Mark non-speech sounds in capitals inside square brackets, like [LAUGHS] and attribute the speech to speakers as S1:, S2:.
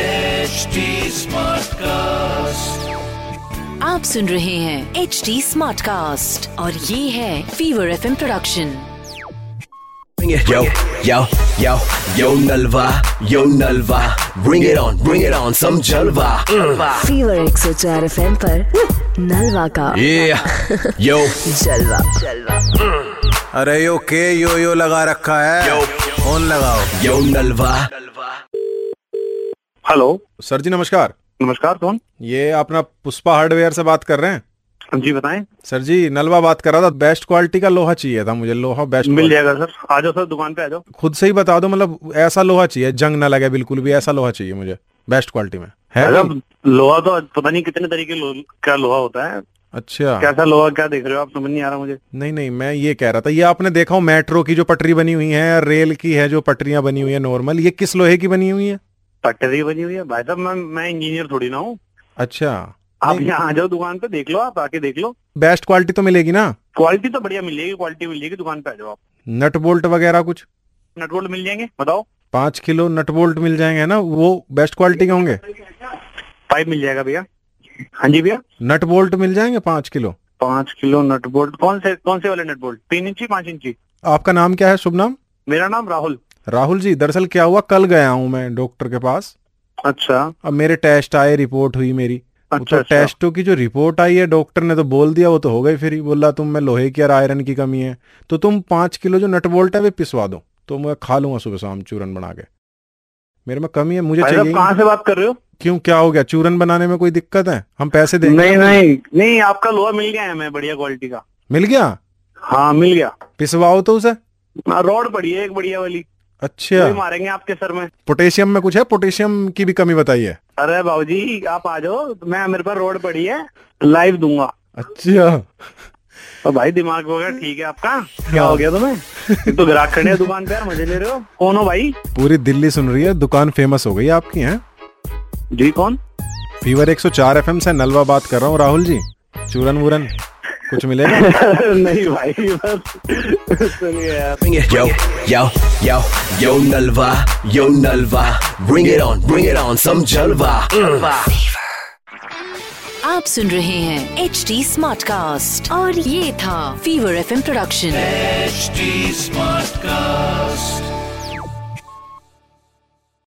S1: HD Smartcast.
S2: आप सुन रहे हैं एच डी स्मार्ट कास्ट और ये है fever F production
S3: Bring it. Yo, yo, yo, yo Nalva, yo Nalva. Bring it on, bring it on, some Jalva. Mm.
S2: Fever एक सौ चार एफ एम नलवा का
S3: Yeah, yo,
S2: जलवा जलवा
S4: अरे यो के यो यो लगा रखा है फोन लगाओ
S3: yo Nalva.
S5: Hello
S4: sir ji नमस्कार
S5: नमस्कार कौन
S4: ये अपना पुष्पा हार्डवेयर से बात कर रहे हैं
S5: जी बताएं
S4: सर जी नलवा बात कर रहा था बेस्ट क्वालिटी का लोहा चाहिए था मुझे लोहा बेस्ट
S5: मिल जाएगा सर आ जाओ सर दुकान पे आ जाओ
S4: खुद से ही बता दो मतलब ऐसा लोहा चाहिए जंग ना लगे बिल्कुल भी ऐसा लोहा चाहिए मुझे बेस्ट क्वालिटी में है
S5: अरे
S4: कोई?
S5: लोहा तो पता नहीं कितने तरीके लो, का लोहा होता है
S4: अच्छा
S5: कैसा लोहा क्या देख रहे हो आप समझ नहीं आ रहा मुझे
S4: नहीं नहीं मैं ये कह रहा था ये आपने देखा हो मेट्रो की जो पटरी बनी हुई है रेल की है जो पटरियां बनी हुई है नॉर्मल ये किस लोहे की बनी हुई है
S5: पटरी बनी हुई है भाई साहब मैं मैं इंजीनियर थोड़ी ना हूँ
S4: अच्छा
S5: आप
S4: नहीं।
S5: यहाँ आ जाओ दुकान पे देख लो आप आके देख लो
S4: बेस्ट क्वालिटी तो मिलेगी ना
S5: क्वालिटी तो बढ़िया मिलेगी क्वालिटी मिलेगी दुकान पे आ जाओ आप
S4: नट बोल्ट वगैरह कुछ
S5: नट बोल्ट मिल जाएंगे बताओ
S4: पाँच किलो नट बोल्ट मिल जाएंगे ना वो बेस्ट क्वालिटी के होंगे
S5: पाइप मिल जाएगा भैया हाँ जी भैया
S4: नट बोल्ट मिल जाएंगे पाँच किलो
S5: पाँच किलो नट बोल्ट कौन से कौन से वाले नट बोल्ट तीन इंची पाँच इंची
S4: आपका नाम क्या है शुभ नाम
S5: मेरा नाम राहुल
S4: राहुल जी दरअसल क्या हुआ कल गया हूँ मैं डॉक्टर के पास
S5: अच्छा
S4: अब मेरे टेस्ट आए रिपोर्ट हुई मेरी वो
S5: अच्छा
S4: तो
S5: अच्छा
S4: टेस्टों की जो रिपोर्ट आई है डॉक्टर ने तो बोल दिया वो तो हो गई फिर ही बोला तुम में लोहे की और आयरन की कमी है तो तुम पाँच किलो जो नट बोल्ट है वे पिसवा दो तो मैं खा लूंगा सुबह शाम चूरन बना के मेरे में कमी है मुझे
S5: भाई साहब
S4: चाहिए
S5: कहाँ
S4: ही-
S5: से बात कर रहे हो
S4: क्यों क्या हो गया चूरन बनाने में कोई दिक्कत है हम पैसे देंगे
S5: नहीं नहीं तो नहीं आपका लोहा मिल गया है हमें बढ़िया क्वालिटी का
S4: मिल गया
S5: हाँ मिल गया
S4: पिसवाओ तो उसे
S5: हाँ, रोड पड़ी है एक बढ़िया वाली
S4: अच्छा
S5: वही मारेंगे आपके सर में
S4: पोटेशियम में कुछ है पोटेशियम की भी कमी बताइए
S5: अरे बाबूजी आप आ जाओ मैं मेरे पास रोड पड़ी है लाइव दूंगा
S4: अच्छा
S5: और भाई दिमाग वगैरह ठीक है आपका क्या हो गया तुम्हें एक तो ग्राहक खड़े हैं दुकान पे यार मजे ले रहे हो कौन हो भाई
S4: पूरी दिल्ली सुन रही है दुकान फेमस हो गई आपकी है
S5: जी कौन
S4: फीवर 104 एफएम से नलवा बात कर रहा हूँ राहुल जी चूरन वूरन कुछ मिलेगा
S5: [LAUGHS] नहीं भाई बस सुनिए यार
S3: Bring it. Yo, yo, yo, yo Nalva, yo Nalva. Bring it on, bring it on, some Jalva. Mm.
S2: आप सुन रहे हैं एच डी स्मार्ट कास्ट और ये था fever F production
S1: HD Smartcast.